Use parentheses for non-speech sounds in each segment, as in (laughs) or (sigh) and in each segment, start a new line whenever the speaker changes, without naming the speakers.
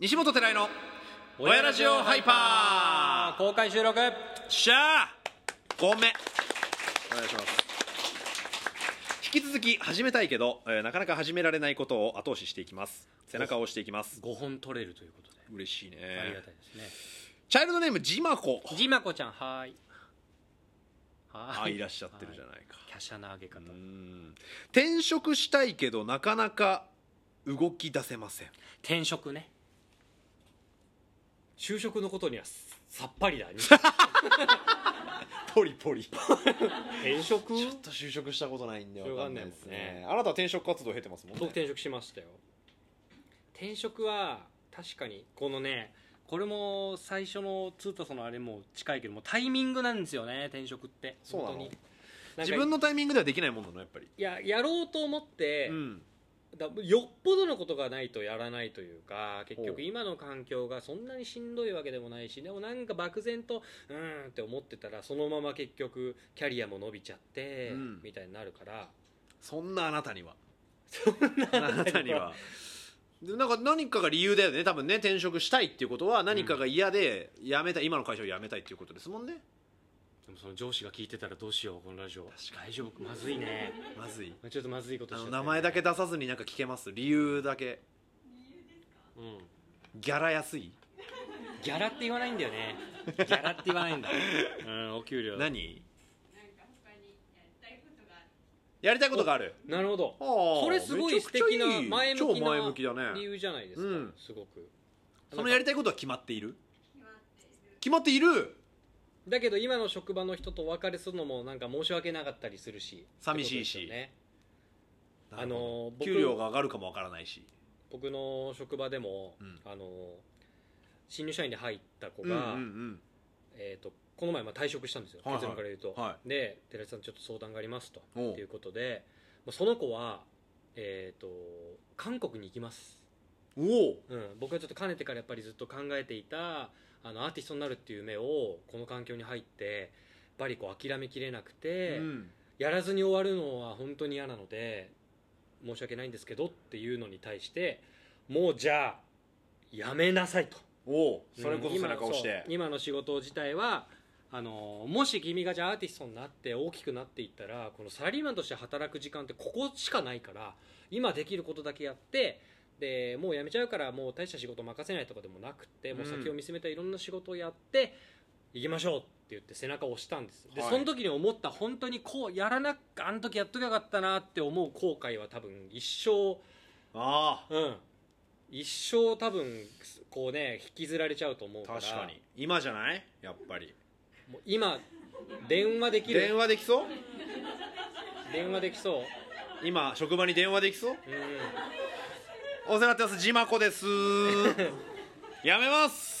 西本寺井の親ラジオハイパー
公開収録
しゃーごめんお願いします引き続き始めたいけど、えーなかなか始められないことを後押ししていきます背中を押していきます
5本取れるということで、
嬉しいね
ありがたいですね
チャイルドネームジマコ
じまこちゃんはーいは
あいらっしゃってるじゃないか
華奢な上げ方
うーん転職したいけどなかなか動き出せません
転職ね就職のことにはささっぱ (laughs) りだ
ポリポリ
転職
ちょっと就職したことないんでわかんないです
しょうがないもん
ねあなたは転職活動経てますもん
僕
ね
転職しましたよ転職は確かにこのねこれも最初のツータソのあれも近いけどもタイミングなんですよね転職って
そうなの
本当になんか
自分のタイミングではできないもんなのやっぱり
いややろうと思って、
うん
だよっぽどのことがないとやらないというか結
ほ
局
う
今の環境がそんなにしんどいわけでもないしでもなんか漠然とうーんって思ってたらそのまま結局キャリアも伸びちゃって、
うん
みたいになるから
そんなあなたにはそんなあなたにはでなんか何かが理由だよね多分ね転職したいっていうことは何かが嫌で辞めたい今の会社を辞めたいっていうことですもんね
でもその上司が聞いてたらどうしようこのラジオ
確
大丈夫まずいね
まずい
(laughs) ちょっとまずいこと
あ
しちゃ
の
った
名
よ
前だけ出さずになんか聞けます理由だけ
うん
ギャラ安い
ギャラって言わないんだよね (laughs) ギャラって言わないんだ (laughs) うんお給料
何
なんか他にやりたいことがあって
やりたいことがある
なるほど
ああ
それすごい
めち
素
ゃくちゃ
敵ない
い
前向
超
き
前向きだ
な
ね
理由じゃないですか、
うん
すごく
そのやりたいことは決まっている
決まっている
決まっている
だけど今の職場の人とお別れするのもなんか申し訳なかったりするし
寂しいし
ってことですよね
なるほど
あの僕
給料が上がるかもわからないし
僕の職場でも、
うん
あの新入社員で入った子
うんうん
が、
うん
えー、とこの前まあ退職したんですよ、
はいはい
結論から言うと、
は
で寺地さんちょっと相談がありますと
おう
っていうことでまあその子は、えー、と韓国に行きます、
おお
うん、僕はちょっとかねてからやっぱりずっと考えていたあのアーティストになるっていう夢をこの環境に入ってやっぱりこう諦めきれなくて、
うん
やらずに終わるのは本当に嫌なので申し訳ないんですけどっていうのに対してもうじゃあやめなさいと
おおそれこ
うん
そ背中を押し
今の
て
そう今の仕事自体はあのもし君がじゃあアーティストになって大きくなっていったらこのサラリーマンとして働く時間ってここしかないから今できることだけやってでもう辞めちゃうからもう大した仕事任せないとかでもなくてもう先を見据めたいろんな仕事をやって、行きましょうって言って背中を押したんですで、
はい
その時に思った本当にこうやらなあの時やっときゃよかったなって思う後悔は多分一生
あ
うん一生多分こうね引きずられちゃうと思う
あ
から
確かに今じゃないやっぱり
もう今電話できる電
電
話
話できそう
できそう
今職場に電話できそう
うん
お世話になってますジマコです
(laughs)
やめます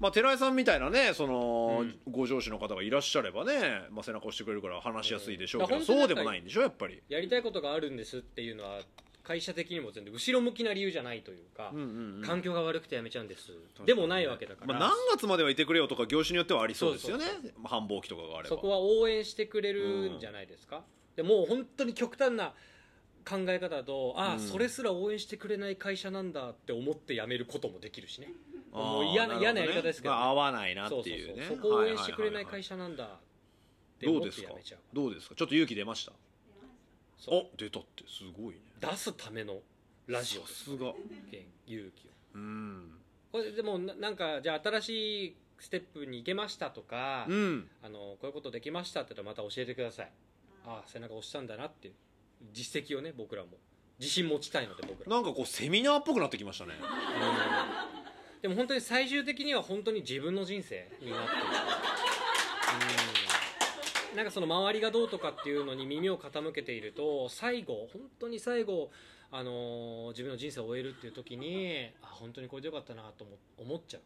まあ、寺井さんみたいなねその、
うん
ご上司の方がいらっしゃればね、まあ、背中押してくれるから話しやすいでしょうけど、
うん
そうでもないんでしょやっぱり、
やりたいことがあるんですっていうのは会社的にも全然後ろ向きな理由じゃないというか、
うんうんうん
環境が悪くて辞めちゃうんですでもないわけだから、
まあ、何月まではいてくれよとか業種によってはありそうですよね
そうそ
まあ繁忙期とかがあれば
そこは応援してくれるんじゃないですか、でもう本当に極端な考え方だとああ、
うん
それすら応援してくれない会社なんだって思って辞めることもできるしね
あー
もう嫌
る
な
ほどね
嫌なやり方ですけどね
まあ、合わないなっ
そう
て
そう
いうね
そうそこを応援してくれな
ははは
い
は
会社なんだって
ど
思
う
っ
で
て
す
辞
か
めちゃう
どうですかちょっと勇気出ました
そう
お出たってすごいね
出すためのラジオです
さすが
勇気を
うん
これでもななんかじゃあ新しいステップに行けましたとか、
うん
あのこういうことできましたって言ったらまた教えてくださいああ背中押したんだなっていう実績をね僕らも自信持ちたいので僕ら
なんかこうセミナーっぽくなってきましたね
でも本当に最終的には本当に自分の人生になってるうんなんかその周りがどうとかっていうのに耳を傾けていると最後本当に最後あのー自分の人生を終えるっていう時にあ本当にこれでよかったなと思思っちゃう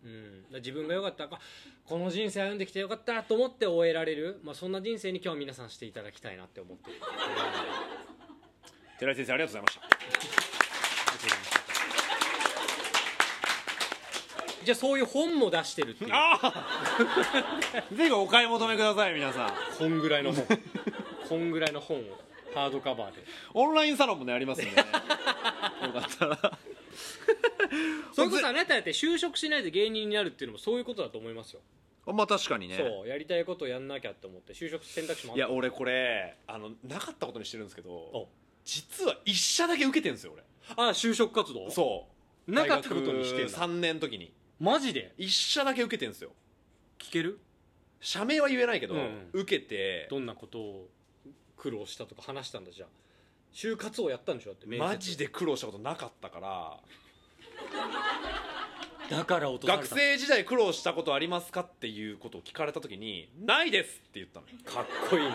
うん、だから自分が良かったあこの人生歩んできてよかったと思って終えられる、まあ、そんな人生に今日は皆さんしていただきたいなって思ってる
寺井先生ありがとうございまし
(laughs) じゃあそういう本も出してるっていう
たああ (laughs) ぜひお買い求めください皆さん
こんぐらいの本こんぐらいの (laughs) 本をハードカバーで (laughs)
オンラインサロンもねありますんでねよかったら
れこそあなただって就職しないで芸人になるっていうのもそういうことだと思いますよ、
あまあ確かにね
そうやりたいことをやんなきゃって思って就職選択肢もあ
いや俺これあのなかったことにしてるんですけど
お
実は一社だけ受けてるんですよ俺
あ就職活動
そう
なかったことにしてんだ
3年の時に
マジで
一社だけ受けてるんですよ
聞ける
社名は言えないけど、
うんうん
受けて
どんなことを苦労したとか話したんだじゃあ就活をやったんでしょだって面接
マジで苦労したことなかったから
だから落とされ
学
た
生時代苦労したことありますかっていうことを聞かれた時に「ないです!」って言ったのよ
かっこいいね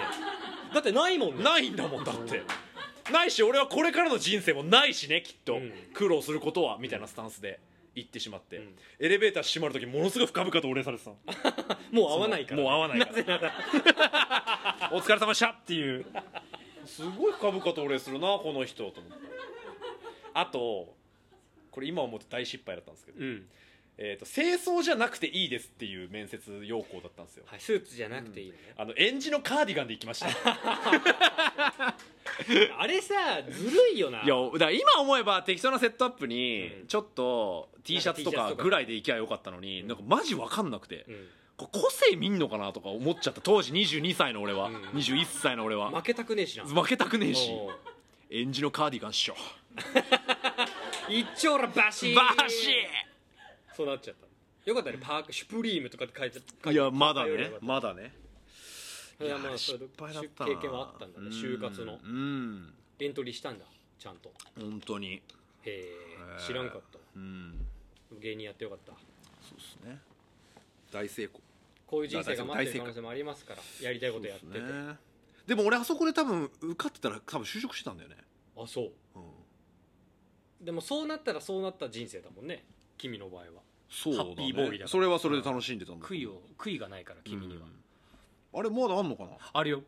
だってないもんね
ないんだもんだってないし俺はこれからの人生もないしねきっと、
うん
苦労することはみたいなスタンスで行ってしまって、
うん
エレベーター閉まる時ものすごい深々とお礼されてたの
もう合わないから
もう合わないから
なぜなら
お疲れ様でしたっていうすごい深々とお礼するなこの人と思ってあとこれ今思って大失敗だったんですけど、
うん、
えー、と清掃じゃなくていいですっていう面接要項だったんですよ
はい、スーツじゃなくていいね、
あの演じのカーディガンで行きました (laughs) い
あれさずるいよな
やだから今思えば適当なセットアップ
う
に
ん
ちょっと T シャツと
T シャ
か
ツとか
ぐらいで行きゃよかったのになんかマジ分かんなくて
うん
これ個性見んのかなとか思っちゃった当時22歳の俺は
うん
21歳の俺は
負けたくねえしな
負けたくねえし
おう
演じのカーディガンっしょ
一丁らバシー
バシー
そうなっちゃったよかったねパークシュプリームとかって書いて書
い
て
やまだ
書いて
ね
あるよかっ
まだね
たいやまあそ
失
れ
敗だったな
経験はあったんだね就活の
うん
エントリーしたんだちゃんと
うん本当に
へえ知らんかった
うん
芸人やってよかった
そうですね大成功
こういう人生が待ってる可能性もありますからやりたいことやってて、
そうっすねでも俺あそこで多分受かってたら多分就職してたんだよね
あそう
うん
でもそうなったらそうなった人生だもんね君の場合は
そうだね
ハッピーボーイだから
それはそれで楽しんでたんだ
悔いを悔いがないから君には、
うんあれまだあんのかな
あるよ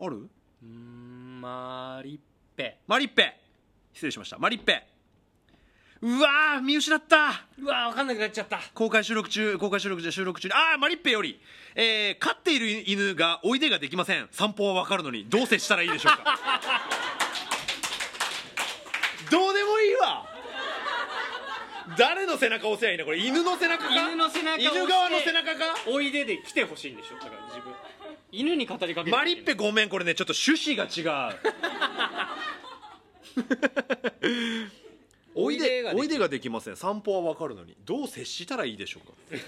ある
うーんマリッペ
マリッペ失礼しましたマリッペうわー見失った
うわー分かんなくなっちゃった
公開収録中公開収録中収録中にああマリッペより、えー飼っている犬がおいでができません散歩はわかるのにどう接したらいいでしょう
(laughs)
かどうでもいいわ誰の背中押せばいいのこれ犬の背中か
犬の背中を押して
犬側の背中か
おいでで来てほしいんでしょだから自分犬に語りかけて
マリッペごめんこれねちょっと趣旨が違う (laughs) おいでおいでができません散歩はわかるのにどう接したらいいでしょう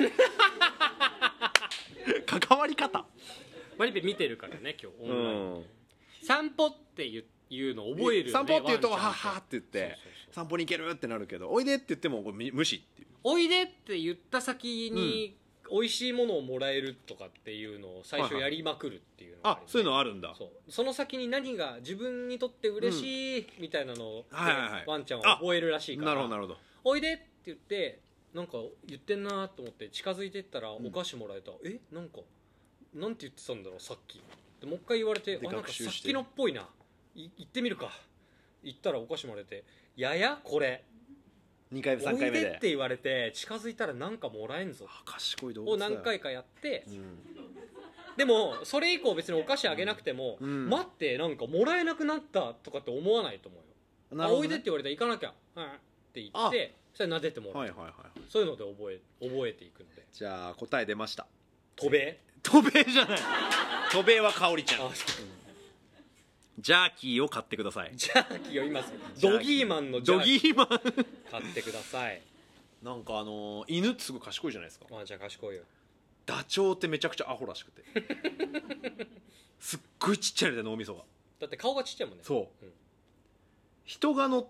(laughs) か関わり方
マリッペ見てるからね今日オンライ
う
ン、
ん
散歩っていういうの覚えるよ、
散
ね、
歩って言うと「
ワ
は
ンちゃん
っは」って言っ
って
て
そうそう
散歩に行ける」ってなるけど「おいで」って言ってもこれみ無視っていう
おいでって言った先に、美味しいものをもらえるとかっていうのを最初やりまくるっていうのが
あ
ります
そういうのあるんだ
そうその先に何が自分にとって嬉しいみたいなのを、
はいはいはい
ワンちゃんは覚えるらしいから
なるほどなるほど
おいでって言ってなんか言ってんなと思って近づいてったらお菓子もらえた、えなんかなんて言ってたんだろうさっきでもう一回言われて
で
あなんか
学
さ
習
っ
して
きのっぽいない行ってみるか行ったらお菓子もらえて「ややこれ
2回目
お
3
い
回目
で」っ
で
て言われて近づいたらなんかもらえんぞ
あ賢い動
を
物だよ
何回かやって
うん
でもそれ以降別にお菓子あげなくても、
うん
待ってなんかもらえなくなったとかって思わないと思うよ
な
あ
るほ
お
ど
いでっ
ね
て言われたら行かなきゃ、うん、って言ってそれ撫でてもらう、
はいはいはい
そういうので覚え覚えていくので
じゃあ答え出ました
渡米
渡米じゃない渡米は香りちゃん
あ
ジャーキーを買ってください
ジャーキーを今ドギーマンのジャ
ド
ーキ
ギ
ー
ーマン
買ってください
なんかあのー犬ってすごい賢いじゃないですか
ワンちゃん賢いよ
ダチョウってめちゃくちゃアホらしくてすっごいちっちゃいので脳みそが
だって顔がちっちゃいもんね
そう、
うん
人が乗っ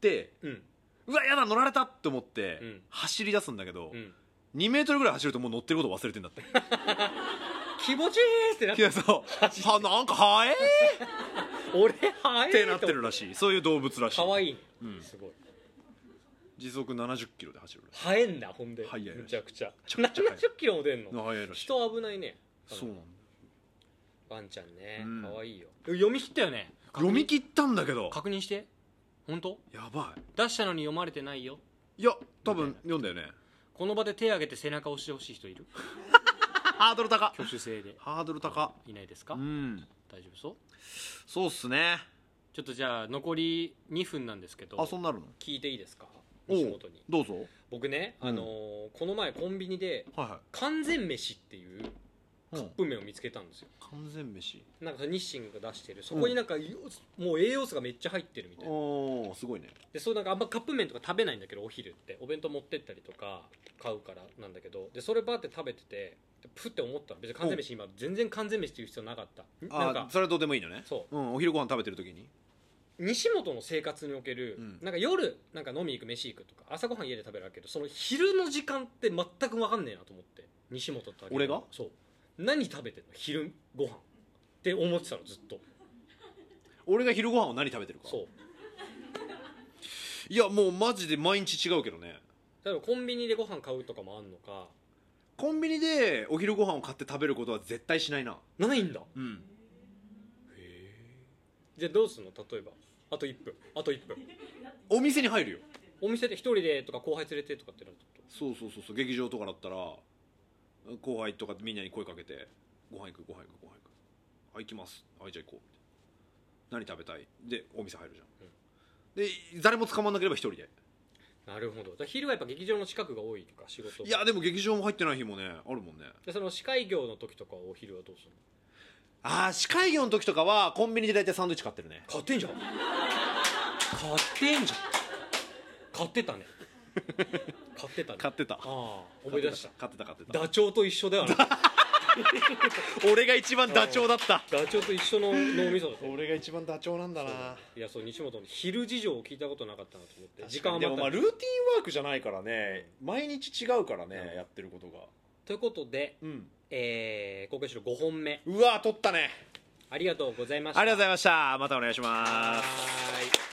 て
ううん
うわやだ乗られたって思って、
うん
走り出すんだけど、
うん
2メートルぐらい走るともう乗ってること忘れてんだって (laughs)
気持ちいいってなっ
い
て
やそうはなんかは (laughs) え
俺は
ーってなってるらしいそういう動物らしい
かわいいね、
うん
すごい
時速70キロで走るらしい
生えんだほんで
速いらしい
むちゃくちゃ
ちゃくちゃ速い
70キロも出んの
速いらしい
人危ないね
そうなんだ
ワンちゃんね
うん
可愛いよ読み切ったよね
読み切ったんだけど
確認して本当
やば
出したのに読まれてないよ
いいや多分読んだよね
この場で手挙げて背中押してほしい人いる
(laughs) ハードル高
挙手制で
ハードル高
いないですか
うん
大丈夫そう
そうっすね
ちょっとじゃあ残り2分なんですけど
あそうなるの
聞いていいですか
おう
西本に
どうぞ
僕ね、あのーこの前コンビニで
はいは
完全飯っていう
い、う
カッ
ん、
プ麺を見つけたんですよ
完全飯
なんか日清が出してるそこになんかよもう栄養素がめっちゃ入ってるみたいな
おーすごいね
でそうなんかあんまカップ麺とか食べないんだけどお昼ってお弁当持ってったりとか買うからなんだけどでそれバーって食べててふって思ったの別に完全飯今全然完全飯っていう必要なかったなん
あ
か
それはどうでもいいのね、
そう
ん、お昼ご飯食べてる時に
西本の生活における、
うん
なんか夜なんか飲み行く飯行くとか朝ごはん家で食べるわけどその昼の時間って全く分かんねえなと思って西本と有田
俺が
そう何食べてんの昼ご飯って思ってたのずっと
俺が昼ご飯を何食べてるか
そう
いやもうマジで毎日違うけどね
例えばコンビニでご飯買うとかもあんのか
コンビニでお昼ご飯を買って食べることは絶対しないな
ないんだ
うん
じゃあどうすんの例えばあと1分あと1分
お店に入るよ
お店で一人でとか後輩連れてとかってなると
そうそうそうそう劇場とかだったら後輩とかみんなに声かけて「ご飯行くご飯行くご飯行く」「はい行きます」「はいじゃあ行こう」何食べたいでお店入るじゃん、
うん
で誰も捕まんなければ一人で
なるほどだから昼はやっぱ劇場の近くが多いとか仕事
いやでも劇場も入ってない日もねあるもんね
でその司会業の時とかはお昼はどうするの
ああ司会業の時とかはコンビニで大体サンドイッチ買ってるね
買ってんじゃん買ってんじゃん買ってたね買ってたね
買ってた
ああ思い出した
買ってた買ってた
ダチョウと一緒だよね
俺が一番ダチョウだった
ダチョウと一緒の脳みそだった
俺が一番ダチョウなんだ
(laughs) ないやそう西本の昼事情を聞いたことなかったなと思って時
時
間
間でもまあ
余
ル
っ
ーティンワークじゃないからね毎日違うからねやってることが
たということで
うん
えー、公開収録5本目
うわー取ったね
ありがとうございました
ありがとうございましたまたお願いします
はーい